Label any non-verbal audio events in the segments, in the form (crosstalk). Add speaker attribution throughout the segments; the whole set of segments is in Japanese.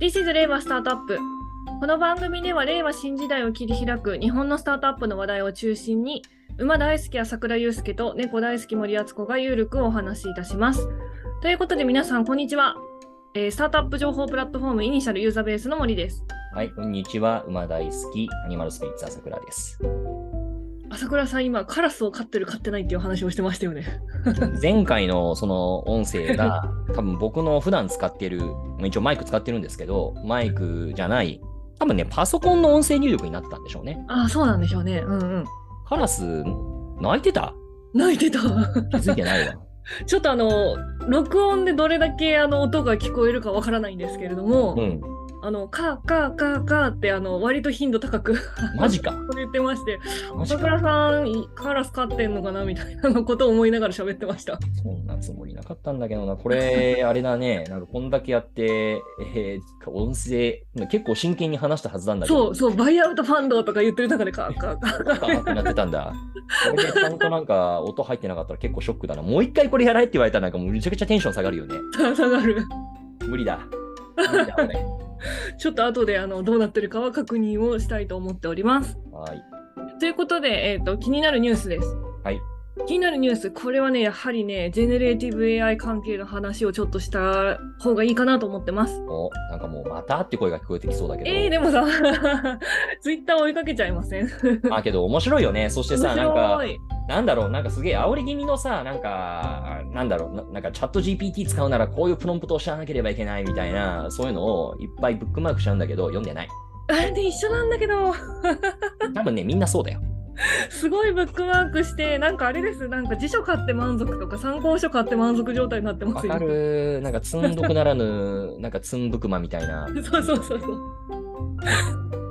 Speaker 1: This is 令和スタートアップ。この番組では令和新時代を切り開く日本のスタートアップの話題を中心に、馬大好き朝倉祐介と猫大好き森敦子がゆるくお話しいたします。ということで皆さん、こんにちは。えースタートアップ情報プラットフォームイニシャルユーザーベースの森です。
Speaker 2: はい、こんにちは。馬大好き、アニマルスピリッツ朝倉です。
Speaker 1: 朝倉さん、今、カラスを飼ってる飼ってないっていう話をしてましたよね。
Speaker 2: 前回のその音声が、多分僕の普段使ってる、一応マイク使ってるんですけど、マイクじゃない、多分ね、パソコンの音声入力になったんでしょうね。
Speaker 1: (laughs) ああ、そうなんでしょうね。うんうん。
Speaker 2: カラス、泣いてた
Speaker 1: 泣いてた。 (laughs)
Speaker 2: 気づいてないわ。
Speaker 1: ちょっとあの録音でどれだけあの音が聞こえるかわからないんですけれども、
Speaker 2: うん、
Speaker 1: あのカーカーカーカーってあの割と頻度高く (laughs)
Speaker 2: マジか。
Speaker 1: 言ってまして、
Speaker 2: マジ
Speaker 1: 朝
Speaker 2: か。
Speaker 1: 倉さんカラス飼ってんのかなみたいなことを思いながら喋ってました。
Speaker 2: そんなつもりなかったんだけどな。これ、あれだね。なんかこんだけやって、えー音声、結構真剣に話したはずなんだけど。
Speaker 1: そうそうバイアウトファンドとか言ってる中でカーカーカーカ
Speaker 2: ガーってなってたんだ。これでちゃんとなんか音入ってなかったら結構ショックだな。もう一回これやられって言われたらなんかもうめちゃくちゃテンション下がるよね。
Speaker 1: ー下がる。
Speaker 2: 無理だ。無理だ俺
Speaker 1: ちょっと後であのどうなってるかは確認をしたいと思っております。
Speaker 2: はい。
Speaker 1: ということで、えー、と気になるニュースです。
Speaker 2: はい
Speaker 1: 気になるニュース、これはね、やはりね、ジェネレーティブ AI 関係の話をちょっとした方がいいかなと思ってます。
Speaker 2: お、なんかもうまたって声が聞こえてきそうだけど。
Speaker 1: えー、でもさ、 (laughs) ツイッター追いかけちゃいません
Speaker 2: あけど面白いよね。そして
Speaker 1: 面
Speaker 2: さ、なんか
Speaker 1: 白、い。
Speaker 2: なんだろう、なんかすげえ煽り気味のさ、なんか、なんだろう、ななんかチャット GPT 使うならこういうプロンプトを知らなければいけないみたいな、そういうのをいっぱいブックマークしちゃうんだけど、読んでない。
Speaker 1: あれ (laughs) で一緒なんだけど、
Speaker 2: 多分ね、みんなそうだよ。
Speaker 1: すごいブックマークして、なんかあれです、なんか辞書買って満足とか参考書買って満足状態になってま
Speaker 2: わ
Speaker 1: すよ
Speaker 2: か。る。なんか積んどくならぬ、なんか積んぶくまみたいな。
Speaker 1: (laughs) そうそうそうそう。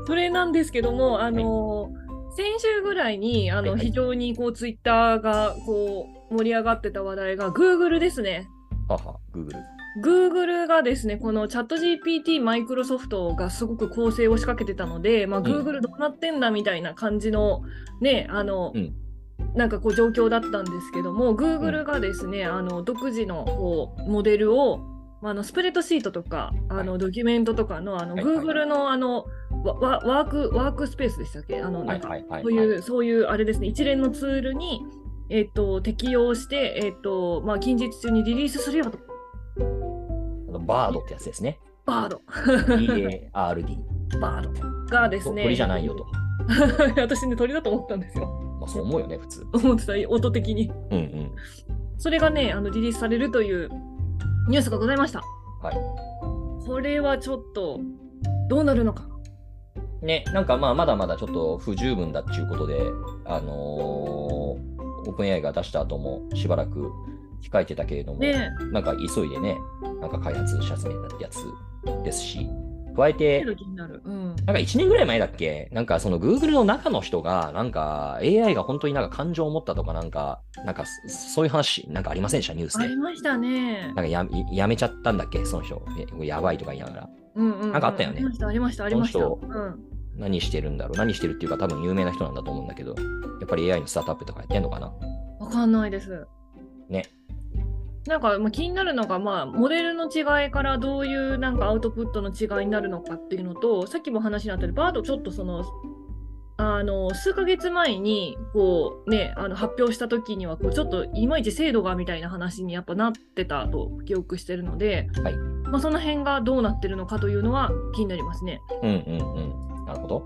Speaker 1: それなんですけども、あの先週ぐらいにあの、
Speaker 2: はいはい
Speaker 1: 非常にこうツイッターがこう盛り上がってた話題が Google ですね。
Speaker 2: はは、Google。
Speaker 1: Google がですね、このチャット GPT、マイクロソフトがすごく構成を仕掛けてたので、まあ、
Speaker 2: ん
Speaker 1: Google どうなってんだみたいな感じのね、あの、
Speaker 2: うん
Speaker 1: なんかこう状況だったんですけども、Google がですね、あの独自のこうモデルを、まあ、あのスプレッドシートとか、あ
Speaker 2: は
Speaker 1: のドキュメントとかの、あの
Speaker 2: はいはい
Speaker 1: Google のあのわわワークワークスペースでしたっけあのなんか
Speaker 2: はいはい
Speaker 1: そういう、そういうあれですね、一連のツールに、えっと、適用して、えっと、まあ、近日中にリリースするよと、
Speaker 2: あのバードってやつですね。
Speaker 1: バード。
Speaker 2: BARD。
Speaker 1: バードがですね
Speaker 2: 鳥じゃないよと。
Speaker 1: (laughs) 私ね鳥だと思ったんですよ (laughs)
Speaker 2: まあ、そう思うよね、普通。
Speaker 1: 思ってた音的に
Speaker 2: うんうん。
Speaker 1: それがねあのリリースされるというニュースがございました
Speaker 2: はい
Speaker 1: これはちょっとどうなるのか
Speaker 2: ね、なんかまあ、まだまだちょっと不十分だっていうことで、あのーオープン AI が出した後もしばらく控えてたけれども、
Speaker 1: ね
Speaker 2: なんか急いでね、なんか開発し始めたやつですし、加え
Speaker 1: え
Speaker 2: て、
Speaker 1: 気になるうん
Speaker 2: なんか1年ぐらい前だっけなんかその Google の中の人が、なんか AI が本当になんか感情を持ったとか、なんか、なんかそそういう話、なんかありませんでした、ニュース
Speaker 1: あ
Speaker 2: で。
Speaker 1: りましたね
Speaker 2: なんかややめちゃったんだっけ、その人。えこれやばいとか言いながら。
Speaker 1: うんうんうん
Speaker 2: なんかあったよね
Speaker 1: ありましたありましたありま
Speaker 2: こ
Speaker 1: したうん
Speaker 2: 何してるんだろう何してるっていうか、多分有名な人なんだと思うんだけど、やっぱり AI のスタートアップとかやってんのかな
Speaker 1: わかんないです
Speaker 2: ね
Speaker 1: なんかまあ気になるのが、まあ、モデルの違いからどういうなんかアウトプットの違いになるのかっていうのとさっきも話になったようにバードちょっとそのあの数ヶ月前にこう、ね、あの発表した時にはこうちょっといまいち精度がみたいな話にやっぱなってたと記憶してるので、
Speaker 2: はい
Speaker 1: まあ、その辺がどうなってるのかというのは気になりますね。
Speaker 2: うんうんうん。なるほど。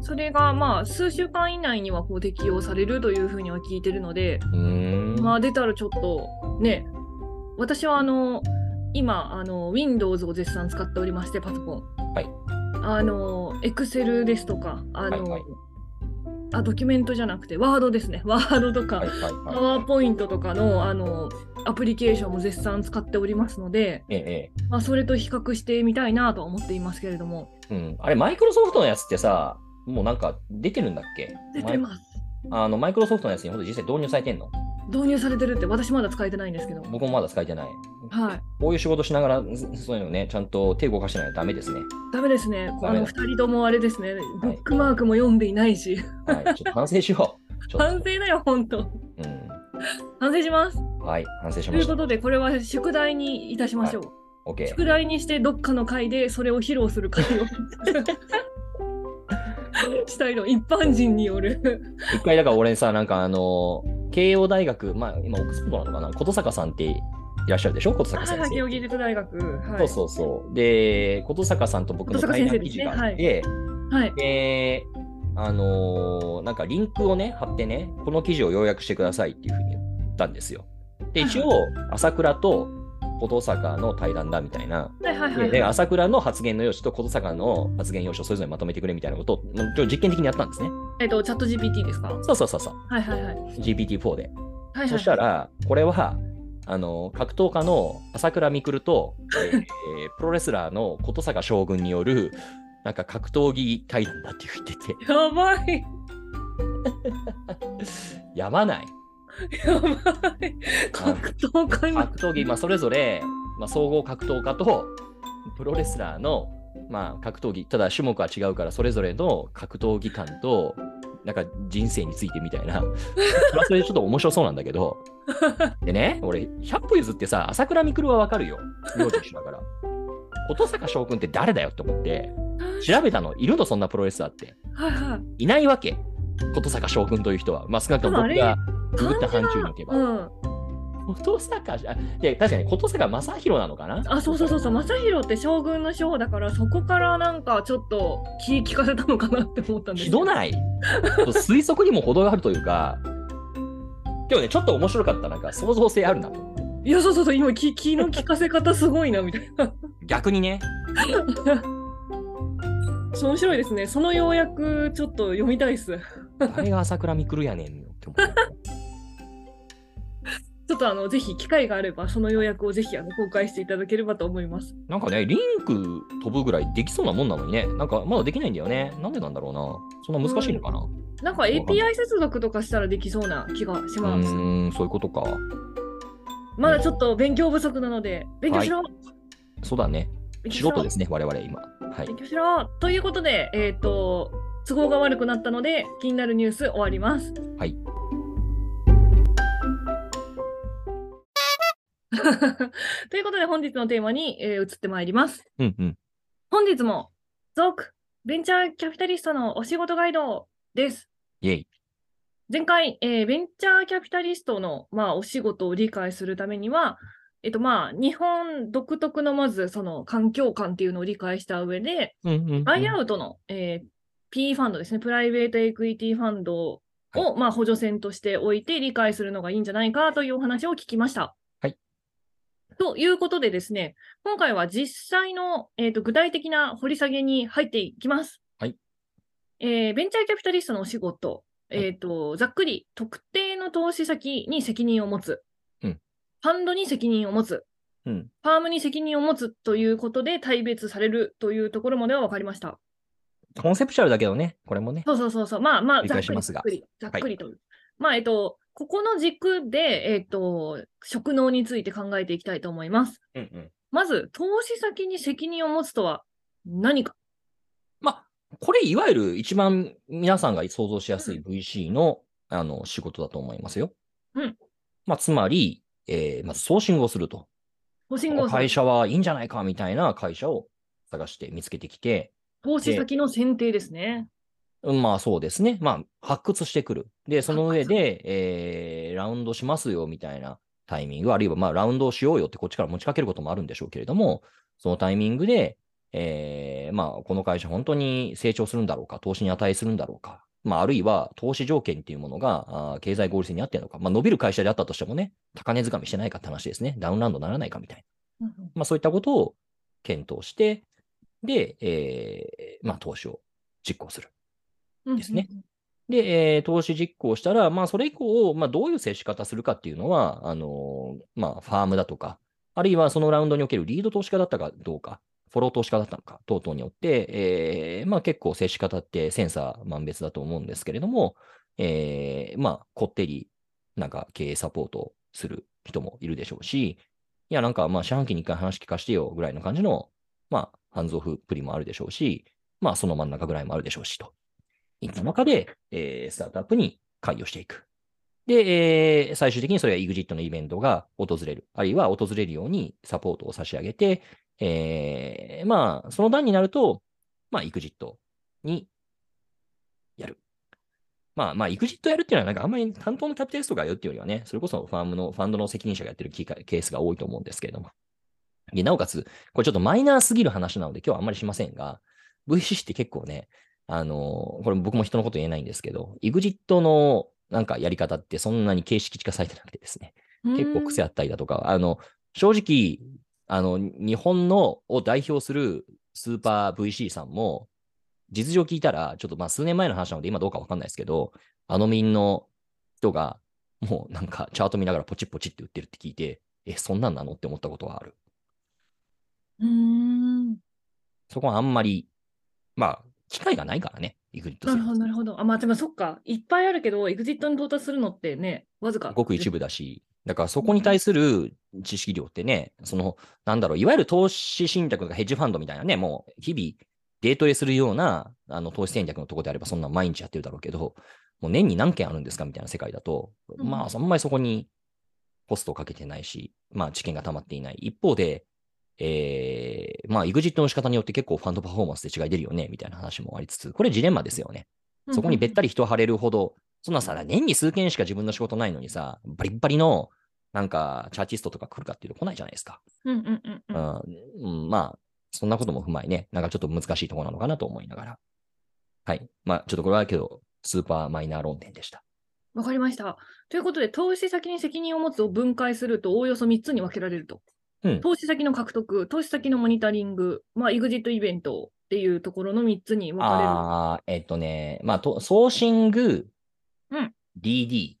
Speaker 1: それがまあ数週間以内にはこう適用されるというふうには聞いてるので、
Speaker 2: うーん。
Speaker 1: まあ出たらちょっとね私はあの今あの Windows を絶賛使っておりましてパソコン
Speaker 2: はい
Speaker 1: あの Excel ですとかあの、
Speaker 2: はいはい
Speaker 1: あドキュメントじゃなくて Word ですね (laughs) Word とか
Speaker 2: はいはいはい。
Speaker 1: PowerPoint とかのあのアプリケーションも絶賛使っておりますので、
Speaker 2: ええ
Speaker 1: まあ、それと比較してみたいなとは思っていますけれども
Speaker 2: ええ。うん。あれ、マイクロソフトのやつってさ、もうなんか出てるんだっけ
Speaker 1: 出てます
Speaker 2: あのマイクロソフトのやつに本当に実際導入されてんの
Speaker 1: 導入されてるって私まだ使えてないんですけど
Speaker 2: 僕もまだ使えてない。
Speaker 1: はい
Speaker 2: こういう仕事しながら、そそういうのね、ちゃんと手動かしてないとダメですね。
Speaker 1: ダメですねあ
Speaker 2: ダメ
Speaker 1: の
Speaker 2: だ
Speaker 1: 2人ともあれですねブックマークも読んでいないし、 (laughs)
Speaker 2: はい、ちょっと反省しよう。ちょっと
Speaker 1: 反省だよ本当
Speaker 2: うん
Speaker 1: 反省します。
Speaker 2: はい、反省し
Speaker 1: と
Speaker 2: ま
Speaker 1: い
Speaker 2: し
Speaker 1: う
Speaker 2: た
Speaker 1: こ。とで、これは宿題にいたしましょう。
Speaker 2: OK。
Speaker 1: 宿題にしてどっかの会でそれを披露する会
Speaker 2: (laughs)
Speaker 1: をしたいの一般人による
Speaker 2: 一回だから俺さ、なんかあの、慶応大学、まあ今オックスフォードなのかな、琴坂さんっていらっしゃるでしょ琴
Speaker 1: あ
Speaker 2: 坂先
Speaker 1: 竹尾
Speaker 2: 生。
Speaker 1: 技術大学は
Speaker 2: そう
Speaker 1: い
Speaker 2: そうそう。で、琴坂さんと僕の
Speaker 1: 琴坂先
Speaker 2: 対
Speaker 1: 生
Speaker 2: 談
Speaker 1: で
Speaker 2: 記
Speaker 1: す
Speaker 2: 事
Speaker 1: ね
Speaker 2: があって、
Speaker 1: はい
Speaker 2: で、あのーなんかリンクをね、貼ってね、この記事を要約してくださいっていうふうに言ったんですよ。で、一応、朝倉と琴坂の対談だみたいな。
Speaker 1: はいはいはい
Speaker 2: で、朝倉の発言の用紙と琴坂の発言用紙をそれぞれまとめてくれみたいなことを、まあちょっと実験的にやったんですね。
Speaker 1: えっとチャット GPT ですかは
Speaker 2: そうそうそうそう。
Speaker 1: いはいはいはい
Speaker 2: GPT-4 で。
Speaker 1: はい
Speaker 2: そしたら、これは、あの格闘家の朝倉未来と、えー (laughs) えープロレスラーの琴坂将軍によるなんか格闘技対談だって言ってて、
Speaker 1: やばい
Speaker 2: やまない。
Speaker 1: やばい格闘家に
Speaker 2: 格闘技、まあ、それぞれ、まあ、総合格闘家とプロレスラーの、まあ、格闘技、ただ種目は違うから、それぞれの格闘技感と、なんか人生についてみたいな、 (laughs) それはそれでちょっと面白そうなんだ
Speaker 1: (laughs)
Speaker 2: けど、でね、俺、100歩譲ってさ、朝倉未来はわかるよ、名字一緒
Speaker 1: (laughs)
Speaker 2: だから。琴坂将軍って誰だよって思って、調べたの、いるの、そんなプロレスラーって。
Speaker 1: はいはい
Speaker 2: いないわけ、琴坂将軍という人は。まあ、少なくとも
Speaker 1: で
Speaker 2: 僕
Speaker 1: もあ
Speaker 2: がググった範疇に行けば。
Speaker 1: うん
Speaker 2: 琴坂あで確かに琴坂正宏なのかな
Speaker 1: あそうそうそうそう正宏って将軍の将だからそこからなんかちょっと気利かせたのかなって思ったんです
Speaker 2: ひど
Speaker 1: い
Speaker 2: ない推測にも程があるというかでもねちょっと面白かったなんか創造性あるなと
Speaker 1: いやそうそうそう今気 (laughs) 気の利かせ方すごいなみたいな (laughs)
Speaker 2: 逆にね
Speaker 1: そう面白いですねその要約ちょっと読みたいっす
Speaker 2: 誰が朝倉未来やねんよって
Speaker 1: (laughs)
Speaker 2: 思う
Speaker 1: ちょっとあのぜひ機会があればその要約をぜひあの公開していただければと思います
Speaker 2: なんかねリンク飛ぶぐらいできそうなもんなのにねなんかまだできないんだよねなんでなんだろうなそんな難しいのかな
Speaker 1: なんか API 接続とかしたらできそうな気がし
Speaker 2: う
Speaker 1: ます
Speaker 2: ーんそういうことか
Speaker 1: まだちょっと勉強不足なので勉強しろ、
Speaker 2: そうだね
Speaker 1: 勉強し
Speaker 2: 素
Speaker 1: ろ
Speaker 2: 人ですね我々今はい
Speaker 1: 勉強しろということで、えっ、と、都合が悪くなったので、気になるニュース終わります。
Speaker 2: はい。
Speaker 1: (laughs) ということで、本日のテーマに、えー移ってまいります。
Speaker 2: うんうん
Speaker 1: 本日も、続、ベンチャーキャピタリストのお仕事ガイドです。
Speaker 2: イェイ
Speaker 1: 前回、えーベンチャーキャピタリストの、まあ、お仕事を理解するためには、えっとまあ、日本独特のまずその環境感っていうのを理解した上で、
Speaker 2: うんうんうん
Speaker 1: バイアウトの、えー、P ファンドですね、プライベートエクイティファンドを、
Speaker 2: は
Speaker 1: まあ、補助線として置いて理解するのがいいんじゃないかというお話を聞きました。
Speaker 2: はい
Speaker 1: ということでですね、今回は実際の、えー、と具体的な掘り下げに入っていきます。
Speaker 2: はい
Speaker 1: えーベンチャーキャピタリストのお仕事、
Speaker 2: はい
Speaker 1: えーと、ざっくり特定の投資先に責任を持つ、
Speaker 2: うん
Speaker 1: ファンドに責任を持つ、
Speaker 2: うん
Speaker 1: ファームに責任を持つということで大別されるというところまでは分かりました。
Speaker 2: コンセプチュアルだけどねこれもね
Speaker 1: そうそうそうそう。まあまあ、
Speaker 2: 理
Speaker 1: ざっ
Speaker 2: 解
Speaker 1: く
Speaker 2: し
Speaker 1: り
Speaker 2: ます
Speaker 1: ざ
Speaker 2: が
Speaker 1: っくり、ざっくりと。まあ、えっと、ここの軸で、えっと、職能について考えていきたいと思います。
Speaker 2: うんうん
Speaker 1: まず、投資先に責任を持つとは何か。
Speaker 2: これ、いわゆる一番皆さんが想像しやすい VC の,、あの仕事だと思いますよ。
Speaker 1: うん
Speaker 2: まあ、つまり、えーまずソーシングをすると。
Speaker 1: 保身後
Speaker 2: 会社はいいんじゃないかみたいな会社を探して見つけてきて、
Speaker 1: 投資先の選定ですね。
Speaker 2: うんまあそうですね、まあ、発掘してくる。で、その上
Speaker 1: 発
Speaker 2: で、えーラウンドしますよみたいなタイミング、あるいはまあラウンドをしようよってこっちから持ちかけることもあるんでしょうけれども、そのタイミングで、えーまあ、この会社本当に成長するんだろうか、投資に値するんだろうか、まあ、あるいは投資条件っていうものがあー経済合理性に合ってるのか、まあ、伸びる会社であったとしてもね、高値掴みしてないかって話ですね、ダウンラウンドならないかみたいな。
Speaker 1: うんうん
Speaker 2: まあ、そういったことを検討して、で、えーまあ、投資を実行する。
Speaker 1: うん
Speaker 2: ですね。で、えー投資実行したら、まあ、それ以降、まあ、どういう接し方するかっていうのは、あのーまあ、ファームだとか、あるいはそのラウンドにおけるリード投資家だったかどうか、フォロー投資家だったのか等々によって、えーまあ、結構接し方ってセンサー万別だと思うんですけれども、えーまあ、こってり、なんか経営サポートをする人もいるでしょうし、いや、なんか、まあ、四半期に一回話聞かせてよぐらいの感じの、まあ、ハンズオフプリもあるでしょうし、まあ、その真ん中ぐらいもあるでしょうし、といった中で、えースタートアップに関与していく。で、えー最終的にそれは EXIT のイベントが訪れる、あるいは訪れるようにサポートを差し上げて、えーまあ、その段になると、まあ、EXIT にやる。まあ、まあ、EXIT やるっていうのは、なんかあんまり担当のキャピタリストがやるっていうよりはね、それこそファームの、ファンドの責任者がやってるケースが多いと思うんですけれども。でなおかつ、これちょっとマイナーすぎる話なので、今日はあんまりしませんが、VC って結構ね、あのーこれ僕も人のこと言えないんですけど、EXIT のなんかやり方ってそんなに形式化されてなくてですね、結構癖あったりだとか、あの、正直、あの、日本のを代表するスーパー VC さんも、実情聞いたら、ちょっとまあ数年前の話なので今どうかわかんないですけど、あの民の人が、もうなんかチャート見ながらポチッポチって売ってるって聞いて、え、そんなんなのって思ったことはある。
Speaker 1: うーん。
Speaker 2: そこはあんまり、まあ、機会がないからね、イグリット
Speaker 1: な
Speaker 2: す
Speaker 1: る
Speaker 2: る
Speaker 1: ほど、なるほど。あ、まあ、でもそっか。いっぱいあるけど、エグジットに到達するのってね、わずか。
Speaker 2: ごく一部だし、だからそこに対する知識量ってね、その、なんだろう、いわゆる投資信託とかヘッジファンドみたいなね、もう日々デートレするようなあの投資戦略のとこであれば、そんな毎日やってるだろうけど、もう年に何件あるんですかみたいな世界だと、
Speaker 1: うん
Speaker 2: まあ、そんまりそこにコストをかけてないし、まあ、知見が溜まっていない。一方で、えー、まあ、エグジットの仕方によって結構ファンドパフォーマンスで違い出るよね、みたいな話もありつつ、これジレンマですよね。
Speaker 1: うん
Speaker 2: そこにべったり人を張れるほど、そんなさ、年に数件しか自分の仕事ないのにさ、バリッバリの、なんか、チャーチストとか来るかっていうと来ないじゃないですか。
Speaker 1: うんうんうんう。
Speaker 2: うんん、うんまあ、そんなことも踏まえね、なんかちょっと難しいところなのかなと思いながら。はい。まあ、ちょっとこれはけど、スーパーマイナー論点でした。
Speaker 1: わかりました。ということで、投資先に責任を持つを分解すると、おおよそ3つに分けられると。
Speaker 2: うん
Speaker 1: 投資先の獲得、投資先のモニタリング、まあ、エグジットイベントっていうところの3つに分か
Speaker 2: ああ、えっとね、まあと、ソーシング、
Speaker 1: うん、
Speaker 2: DD。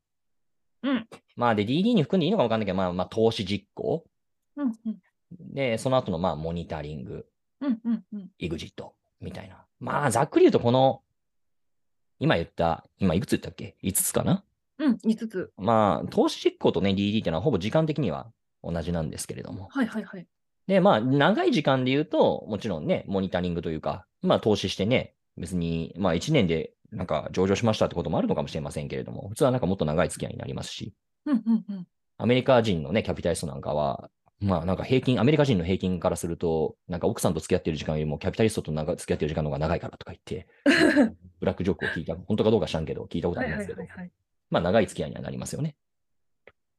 Speaker 1: うん。
Speaker 2: まあ、で、DD に含んでいいのか分かんないけど、まあ、まあ、投資実行。
Speaker 1: れる。うん
Speaker 2: で、その後の、まあ、モニタリング。
Speaker 1: うんうんうんうん。
Speaker 2: EXIT みたいな。まあ、ざっくり言うと、この、今言った、今いくつ言ったっけ ?5 つかな
Speaker 1: うん、5つ。
Speaker 2: まあ、投資実行とね、DD っていうのはほぼ時間的には同じなんですけれども。
Speaker 1: はいはいはい。
Speaker 2: で、まあ、長い時間で言うと、もちろんね、モニタリングというか、まあ、投資してね、別に、まあ、1年でなんか上場しましたってこともあるのかもしれませんけれども、普通はなんかもっと長い付き合いになりますし、
Speaker 1: うんうんうん。
Speaker 2: アメリカ人のね、キャピタリストなんかは、まあなんか平均、アメリカ人の平均からすると、なんか奥さんと付き合ってる時間よりもキャピタリストと長付き合ってる時間の方が長いからとか言
Speaker 1: (laughs)
Speaker 2: って、ブラックジョークを聞いた、本当かどうか知らんけど、聞いたことあ
Speaker 1: はい
Speaker 2: りま
Speaker 1: は
Speaker 2: す
Speaker 1: い
Speaker 2: け
Speaker 1: は
Speaker 2: ど
Speaker 1: い、はい。
Speaker 2: まあ長い付き合いにはなりますよね。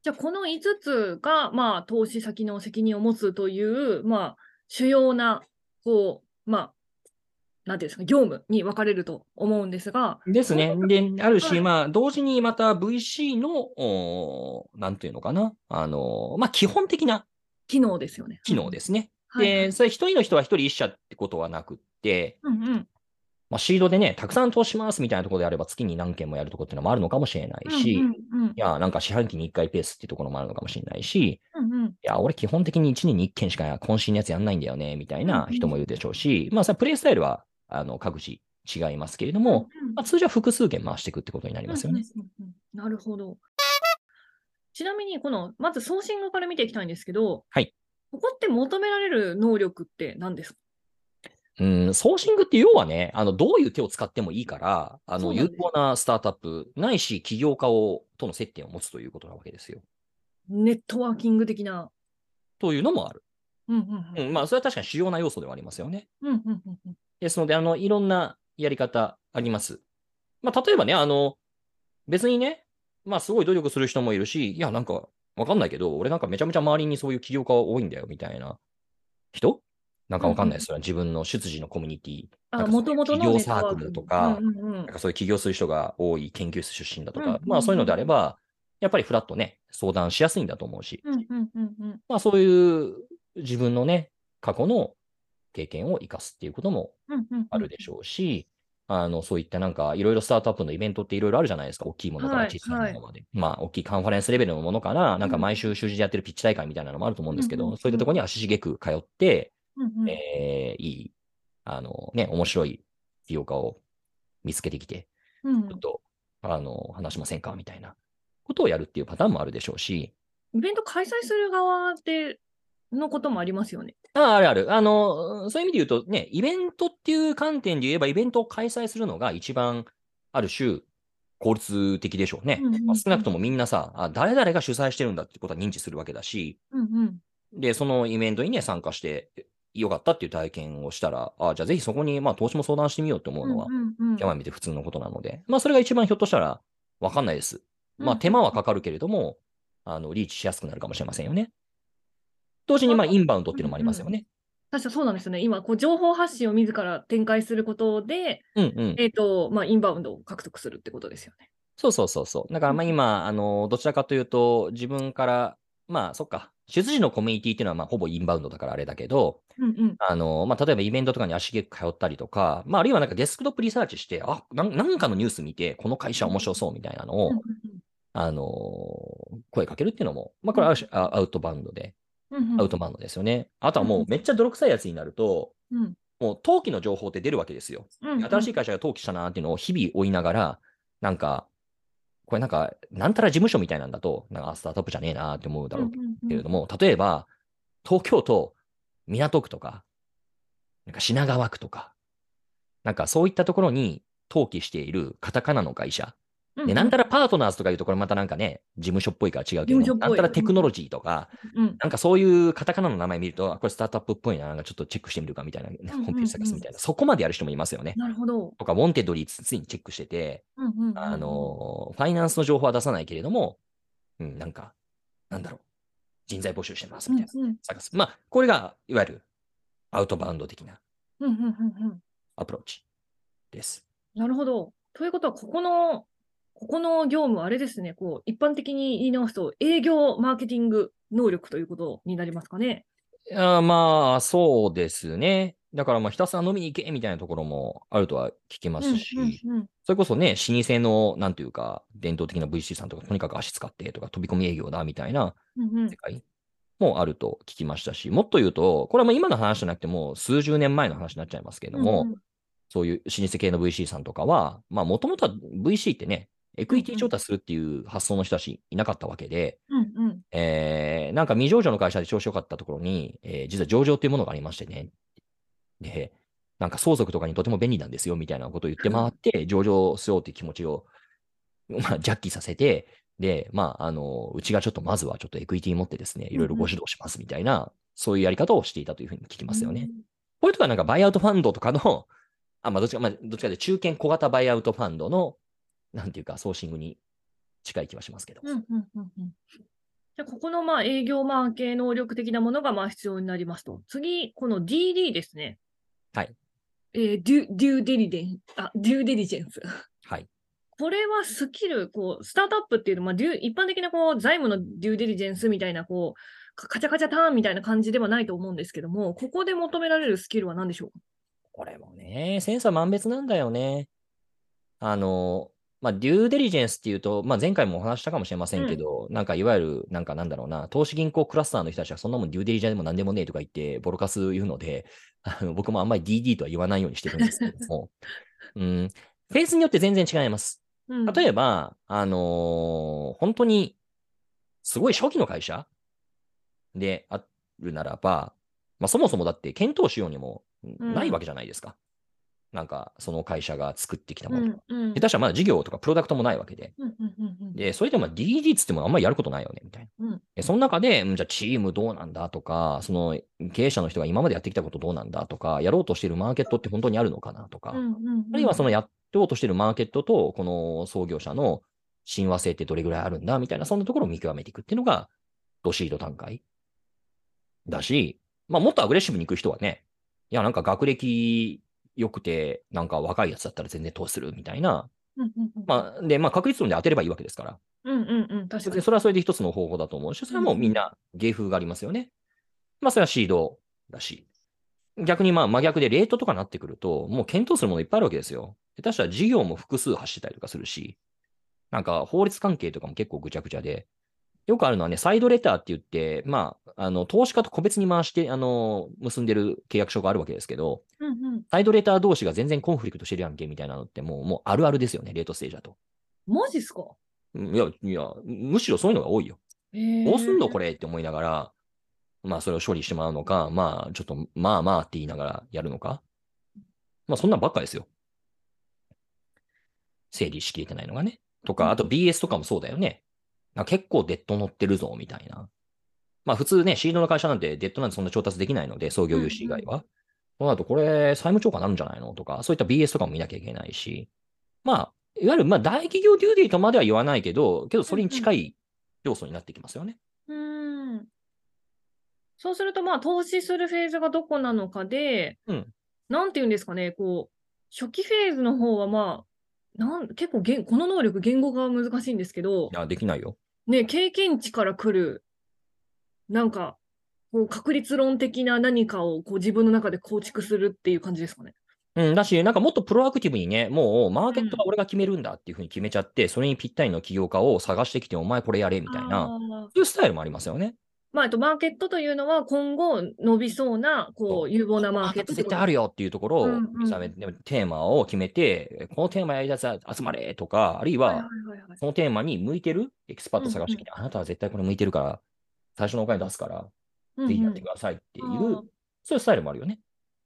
Speaker 1: じゃあ、この5つが、まあ、投資先の責任を持つという、まあ、主要な、こう、まあ、なんていうんですか、業務に分かれると思うんですが、
Speaker 2: ですね。で、あるし、
Speaker 1: はい
Speaker 2: まあ、同時にまた VC の、おーなんていうのかな、あのーまあ、基本的な
Speaker 1: 機能ですよね。
Speaker 2: 機能ですね。
Speaker 1: はいはい
Speaker 2: で、それ一人の人は一人一社ってことはなくって、
Speaker 1: うんうん。
Speaker 2: まあ、シードでね、たくさん投資しますみたいなところであれば、月に何件もやるところっていうのもあるのかもしれないし、
Speaker 1: うんうんうん
Speaker 2: いや、なんか四半期に1回ペースっていうところもあるのかもしれないし、
Speaker 1: うんうん
Speaker 2: いや、俺基本的に1年に1件しか渾身のやつやんないんだよね、みたいな人もいるでしょうし、まあ、さプレイスタイルは、あの、各自違いますけれども、
Speaker 1: うんうん
Speaker 2: まあ、通常は複数件回していくってことになりますよね。
Speaker 1: うんうんうんうんなるほど。ちなみに、この、まずソーシングから見ていきたいんですけど、
Speaker 2: はい
Speaker 1: ここって求められる能力って何ですか
Speaker 2: うん、ソーシングって要はね、あの、どういう手を使ってもいいから、あ
Speaker 1: そ
Speaker 2: の、
Speaker 1: うなん
Speaker 2: 有
Speaker 1: です
Speaker 2: 効なスタートアップ、ないし、起業家を、との接点を持つということなわけですよ。
Speaker 1: ネットワーキング的な。
Speaker 2: というのもある。
Speaker 1: うんうんう
Speaker 2: うんん、まあ、それは確かに主要な要素ではありますよね。
Speaker 1: うんうんうんうん
Speaker 2: ですので、あの、いろんなやり方あります。まあ、例えばね、あの、別にね、まあ、すごい努力する人もいるし、いや、なんか、わかんないけど、俺なんかめちゃめちゃ周りにそういう起業家多いんだよ、みたいな人なんかわかんないです。それは自分の出自のコミュニティ、なん
Speaker 1: あ、
Speaker 2: かその
Speaker 1: もともとのネッ
Speaker 2: 企業
Speaker 1: トワ
Speaker 2: サークルと
Speaker 1: グ
Speaker 2: か
Speaker 1: うんうんうん
Speaker 2: なんかそういう起業する人が多い研究室出身だとか、
Speaker 1: うん
Speaker 2: まあ、そういうのであれば、やっぱりフラットね、相談しやすいんだと思うし、
Speaker 1: うんうんうんうん
Speaker 2: まあ、そういう自分のね、過去の経験を生かすっていうことも
Speaker 1: うんうんうん
Speaker 2: あるでしょうし、あの、そういったなんか、いろいろスタートアップのイベントっていろいろあるじゃないですか。大きいものから
Speaker 1: はい
Speaker 2: 小さいものまで。まあ、大きいカンファレンスレベルのものから、なんか毎週週次でやってるピッチ大会みたいなのもあると思うんですけど、
Speaker 1: うんうん
Speaker 2: そういったところに足しげく通って、
Speaker 1: うんうん
Speaker 2: えーいい、あの、ね、面白い起業家を見つけてきて、
Speaker 1: うん
Speaker 2: ちょっと、あの、話しませんかみたいなことをやるっていうパターンもあるでしょうし、
Speaker 1: イベント開催する側でのこともありますよね。
Speaker 2: ああるある。あの、そういう意味で言うとね、イベントっていう観点で言えば、イベントを開催するのが一番、ある種、効率的でしょうね。
Speaker 1: うんうんうん
Speaker 2: まあ少なくともみんなさ、あ誰々が主催してるんだってことは認知するわけだし、
Speaker 1: うんうん。
Speaker 2: で、そのイベントにね、参加してよかったっていう体験をしたら、あじゃあぜひそこに、まあ、投資も相談してみようと思うのは、
Speaker 1: うんうんうん
Speaker 2: 山見て普通のことなので、まあ、それが一番ひょっとしたらわかんないです。まあ、手間はかかるけれども、あの、リーチしやすくなるかもしれませんよね。同時に、まあ、インバウンドっていうのもありますよね。
Speaker 1: 確かそうなんですよね。今、こう情報発信を自ら展開することで、
Speaker 2: うんうん。
Speaker 1: えっ、と、まあ、インバウンドを獲得するってことですよね。
Speaker 2: そうそうそうそう。だから、まあ、今、あの、どちらかというと、自分から、まあ、そっか、出自のコミュニティっていうのは、まあ、ほぼインバウンドだからあれだけど、
Speaker 1: うんうん。
Speaker 2: あの、まあ、例えばイベントとかに足げく通ったりとか、まあ、あるいはなんかデスクトップリサーチして、あ、なんなんかのニュース見て、この会社面白そうみたいなのを、あのー声かけるっていうのも、まあ、これはある種あアウトバウンドで、
Speaker 1: うんうん
Speaker 2: アウトバウンドですよね。あとはもうめっちゃ泥臭いやつになると、
Speaker 1: うん
Speaker 2: もう登記の情報って出るわけですよ。
Speaker 1: うん
Speaker 2: 新しい会社が登記したなーっていうのを日々追いながら、なんか、これなんか、なんたら事務所みたいなんだと、なんかあスタートアップじゃねえなーって思うだろうけれども、例えば、東京都港区とか、なんか品川区とか、なんかそういったところに登記しているカタカナの会社、
Speaker 1: うん
Speaker 2: で、なんたらパートナーズとかいうと、これまたなんかね、事務所っぽいから違うけ
Speaker 1: 事
Speaker 2: ど
Speaker 1: 務所っ
Speaker 2: も、
Speaker 1: ぽ
Speaker 2: ないんたらテクノロジーとか、
Speaker 1: うん
Speaker 2: なんかそういうカタカナの名前見ると、あこれスタートアップっぽいな、なんかちょっとチェックしてみるかみたいな、
Speaker 1: うんうん
Speaker 2: ホームページ探すみたいな、そこまでやる人もいますよね。
Speaker 1: なるほど。
Speaker 2: とか、ウォンテッドリーつついにチェックしてて、
Speaker 1: うんうんうん
Speaker 2: あのーファイナンスの情報は出さないけれども、うん、なんか、なんだろう、人材募集してますみたいな、
Speaker 1: うんうん
Speaker 2: 探す。まあ、これが、いわゆる、アウトバウンド的な
Speaker 1: うんうんうんうん
Speaker 2: アプローチです。
Speaker 1: なるほど。ということは、ここの、ここの業務、あれですね、こう、一般的に言い直すと、営業マーケティング能力ということになりますかね。
Speaker 2: あーまあ、そうですね。だから、まあ、ひたすら飲みに行けみたいなところもあるとは聞きますし、
Speaker 1: うんうん
Speaker 2: それこそね、老舗の、なんというか、伝統的な VC さんとか、とにかく足使ってとか、飛び込み営業だみたいな
Speaker 1: うんうんうん
Speaker 2: 世界もあると聞きましたし、もっと言うと、これはまあ今の話じゃなくても、数十年前の話になっちゃいますけれども、
Speaker 1: うんうん
Speaker 2: そういう老舗系の VC さんとかは、まあ、もともとは VC ってね、エクイティ調達するっていう発想の人たちいなかったわけで、
Speaker 1: うんうん
Speaker 2: えーなんか未上場の会社で調子良かったところに、えー実は上場っていうものがありましてね。で、なんか相続とかにとても便利なんですよみたいなことを言って回って、上場しようっていう気持ちを、まあ、ジャッキさせて、で、まあ、あの、うちがちょっとまずはちょっとエクイティ持ってですね、いろいろご指導しますみたいな、そういうやり方をしていたというふうに聞きますよね。。こういうとこはなんかバイアウトファンドとかの、 (laughs) あ、まあ、どっちか、まあ、どっちかで中堅小型バイアウトファンドの、なんていうか、ソーシングに近い気はしますけど。
Speaker 1: うんうんうんうんじゃあここのまあ営業マーケ能力的なものがまあ必要になりますと。次、この DD ですね。
Speaker 2: はい。
Speaker 1: えーデュデューデリデンあデューデリジェンス。
Speaker 2: はい。
Speaker 1: これはスキル、こう、スタートアップっていうのは、まあ、デュ一般的なこう財務のデューデリジェンスみたいな、こう、カカチャカチャターンみたいな感じではないと思うんですけども、ここで求められるスキルは何でしょうか
Speaker 2: これもね、センサー万別なんだよね。あの、まあ、デューデリジェンスっていうと、まあ、前回もお話ししたかもしれませんけど、なんかいわゆる、なんかなんだろうな、投資銀行クラスターの人たちはそんなもんデューデリジェンスでも何でもねえとか言って、ボロカス言うので、あの僕もあんまり DD とは言わないようにしてるんですけど
Speaker 1: (laughs)
Speaker 2: も、うん、フェースによって全然違います。
Speaker 1: うん
Speaker 2: 例えば、あのー本当に、すごい初期の会社であるならば、まあ、そもそもだって検討しようにも
Speaker 1: ん
Speaker 2: ないわけじゃないですか。なんか、その会社が作ってきたも
Speaker 1: う
Speaker 2: のとか。
Speaker 1: んうん
Speaker 2: 下手したらまだ事業とかプロダクトもないわけで。
Speaker 1: うんうんうん
Speaker 2: で、それでも DD っつってもあんまりやることないよね、みたいな。
Speaker 1: うん
Speaker 2: でその中で、うんじゃあチームどうなんだとか、その経営者の人が今までやってきたことどうなんだとか、やろうとしているマーケットって本当にあるのかなとか、
Speaker 1: うんうんうんうん
Speaker 2: あるいはそのやっておうとしてるマーケットと、この創業者の親和性ってどれぐらいあるんだみたいな、そんなところを見極めていくっていうのが、ドシード段階だし、まあ、もっとアグレッシブに行く人はね、いや、なんか学歴良くて、なんか若いやつだったら全然投資するみたいな。
Speaker 1: うんうんうん
Speaker 2: まあ、で、まあ、確率論で当てればいいわけですから。
Speaker 1: うんうんうん、確
Speaker 2: そ
Speaker 1: か
Speaker 2: れ
Speaker 1: に。
Speaker 2: それはそれで一つの方法だと思うし、それはもうみんな芸風がありますよね。まあ、それはシードだし。逆にまあ真逆でレートとかになってくると、もう検討するものいっぱいあるわけですよ。下手したら事業も複数走ってたりとかするし、なんか法律関係とかも結構ぐちゃぐちゃで、よくあるのはね、サイドレターって言って、まあ、あの、投資家と個別に回して、あの、結んでる契約書があるわけですけど、
Speaker 1: うんうん
Speaker 2: サイドレター同士が全然コンフリクトしてるやんけみたいなのってもう、もうあるあるですよね、レートステージだと。
Speaker 1: マジっすか
Speaker 2: うんいや、いや、むしろそういうのが多いよ。ど
Speaker 1: ど
Speaker 2: うすんのこれって思いながら、まあそれを処理してもらうのか、まあちょっとまあまあって言いながらやるのか。まあそんなんばっかですよ。整理しきれてないのがね。とか、あと BS とかもそうだよね。なんか結構デッド乗ってるぞ、みたいな。まあ普通ね、シードの会社なんてデッドなんてそんな調達できないので、創業融資以外は。そうなると、これ、債務超過になるんじゃないのとか、そういった BS とかも見なきゃいけないし。まあ、いわゆる、まあ大企業デューディーとまでは言わないけど、けどそれに近い要素になってきますよね。
Speaker 1: うん。そうすると、まあ、投資するフェーズがどこなのかで、
Speaker 2: うん
Speaker 1: なんていうんですかね、こう、初期フェーズの方は、まあ、なん結構言、この能力、言語化は難しいんですけど
Speaker 2: い、や、できないよ。
Speaker 1: ね、経験値から来る、なんか、こう確率論的な何かをこう自分の中で構築するっていう感じですかね。
Speaker 2: うん、だし、なんかもっとプロアクティブにね、もうマーケットは俺が決めるんだっていうふうに決めちゃって、それにぴったりの起業家を探してきて、お前これやれみたいな、
Speaker 1: あー
Speaker 2: そういうスタイルもありますよね。
Speaker 1: まあ、あと、マーケットというのは、今後伸びそうな、こ
Speaker 2: そう
Speaker 1: う、有望なマーケットって
Speaker 2: 絶
Speaker 1: こと
Speaker 2: 対あるよっていうところを
Speaker 1: うんうん
Speaker 2: 見定めて、テーマを決めて、このテーマやりだすやつ集まれとか、あるい
Speaker 1: はいはい
Speaker 2: は、
Speaker 1: はいはい
Speaker 2: そのテーマに向いてるエキスパート探してきて、あなたは絶対これ向いてるから、最初のお金出すから、
Speaker 1: うんうん
Speaker 2: ぜひやってくださいっていう、
Speaker 1: あー
Speaker 2: そういうスタイルもあるよね。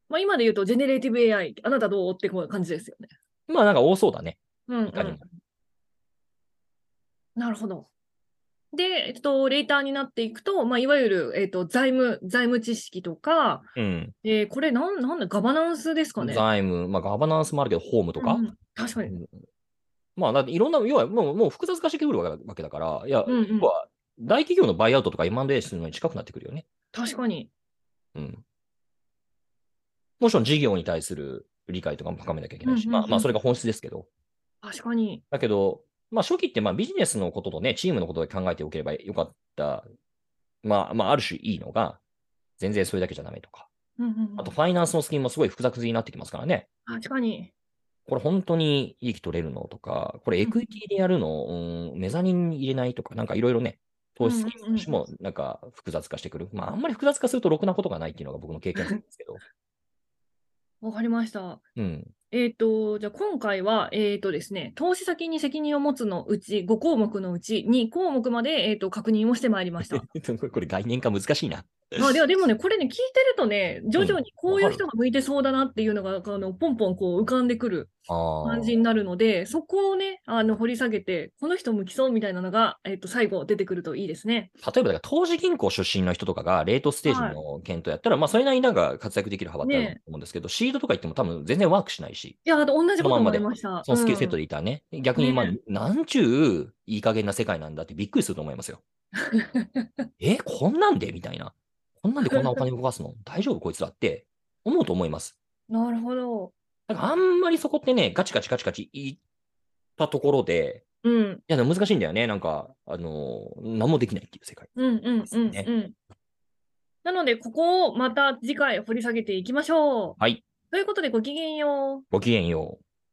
Speaker 1: まあ、今で言うと、ジェネレーティブ AI、あなたどうってこういう感じですよね。
Speaker 2: まあなんか多そうだね。
Speaker 1: うんうん
Speaker 2: いかにも
Speaker 1: なるほど。で、えっと、レーターになっていくと、まあ、いわゆる、えっと、財務、財務知識とか、
Speaker 2: うん。
Speaker 1: えーこれなん、なんだ、ガバナンスですかね。
Speaker 2: 財務、まあガバナンスもあるけど、ホームとか。
Speaker 1: うんうん確かに。
Speaker 2: うんまあ、だっていろんな、要はもうもう複雑化してくるわけだから、いや、
Speaker 1: うんうん
Speaker 2: 要は大企業のバイアウトとか M&A するのに近くなってくるよね。
Speaker 1: 確かに。
Speaker 2: うん。もちろん事業に対する理解とかも深めなきゃいけないし、
Speaker 1: うんうんうん
Speaker 2: まあ、まあ、それが本質ですけど。
Speaker 1: 確かに。
Speaker 2: だけど、まあ、初期ってまあビジネスのこととね、チームのことで考えておければよかった、まあ、まあ、ある種いいのが、全然それだけじゃダメとか。
Speaker 1: うんうんうん
Speaker 2: あと、ファイナンスのスキームもすごい複雑になってきますからね。
Speaker 1: 確かに。
Speaker 2: これ本当に利益取れるのとか、これエクイティでやるの、うん、メザニン入れないとか、なんかいろいろね、投
Speaker 1: う
Speaker 2: 資
Speaker 1: んうんうん
Speaker 2: ももなんか複雑化してくる。まあ、あんまり複雑化するとろくなことがないっていうのが僕の経験なんです
Speaker 1: (laughs)
Speaker 2: けど。
Speaker 1: わかりました。
Speaker 2: うん。
Speaker 1: えっ、と、じゃあ今回は、えっ、とですね、投資先に責任を持つのうち、5項目のうち、2項目まで、えっと確認をしてまいりました。
Speaker 2: (laughs) これ概念化難しいな。
Speaker 1: (laughs) まあではでもね、これね、聞いてるとね、徐々にこうい
Speaker 2: わか
Speaker 1: う
Speaker 2: る
Speaker 1: 人が向いてそうだなっていうのが、あのポンポンこう浮かんでくる
Speaker 2: ああ
Speaker 1: 感。じになるので、そこをね、あの掘り下げて、この人向きそうみたいなのが、えっと最後出てくるといいですね。
Speaker 2: 例えば、だから投資銀行出身の人とかが、レートステージの検討やったら、まあ、それなりになんか活躍できる幅ってある
Speaker 1: ね
Speaker 2: と思うんですけど、シードとか言っても多分全然ワークしないし、
Speaker 1: いや、あと同じこと
Speaker 2: そのまん
Speaker 1: 思
Speaker 2: まで
Speaker 1: いました。
Speaker 2: そのスキルセット
Speaker 1: で。
Speaker 2: でいたらね、逆に、まあ
Speaker 1: ね、
Speaker 2: なんちゅういい加減な世界なんだってびっくりすると思いますよ。え、こんなんでみたいな。こんなんでこんなお金動かすの (laughs) 大丈夫こいつらって思うと思います。
Speaker 1: なるほど。
Speaker 2: だからあんまりそこってね、ガチガチガチガチ言ったところで、
Speaker 1: うん、
Speaker 2: いや、でも難しいんだよね。なんか、あのー何もできないっていう世界。
Speaker 1: うん、うん、
Speaker 2: す
Speaker 1: うん、
Speaker 2: ね
Speaker 1: うん。なので、ここをまた次回掘り下げていきましょう。
Speaker 2: はい。
Speaker 1: ということで、ごきげんよう。
Speaker 2: ごきげんよう。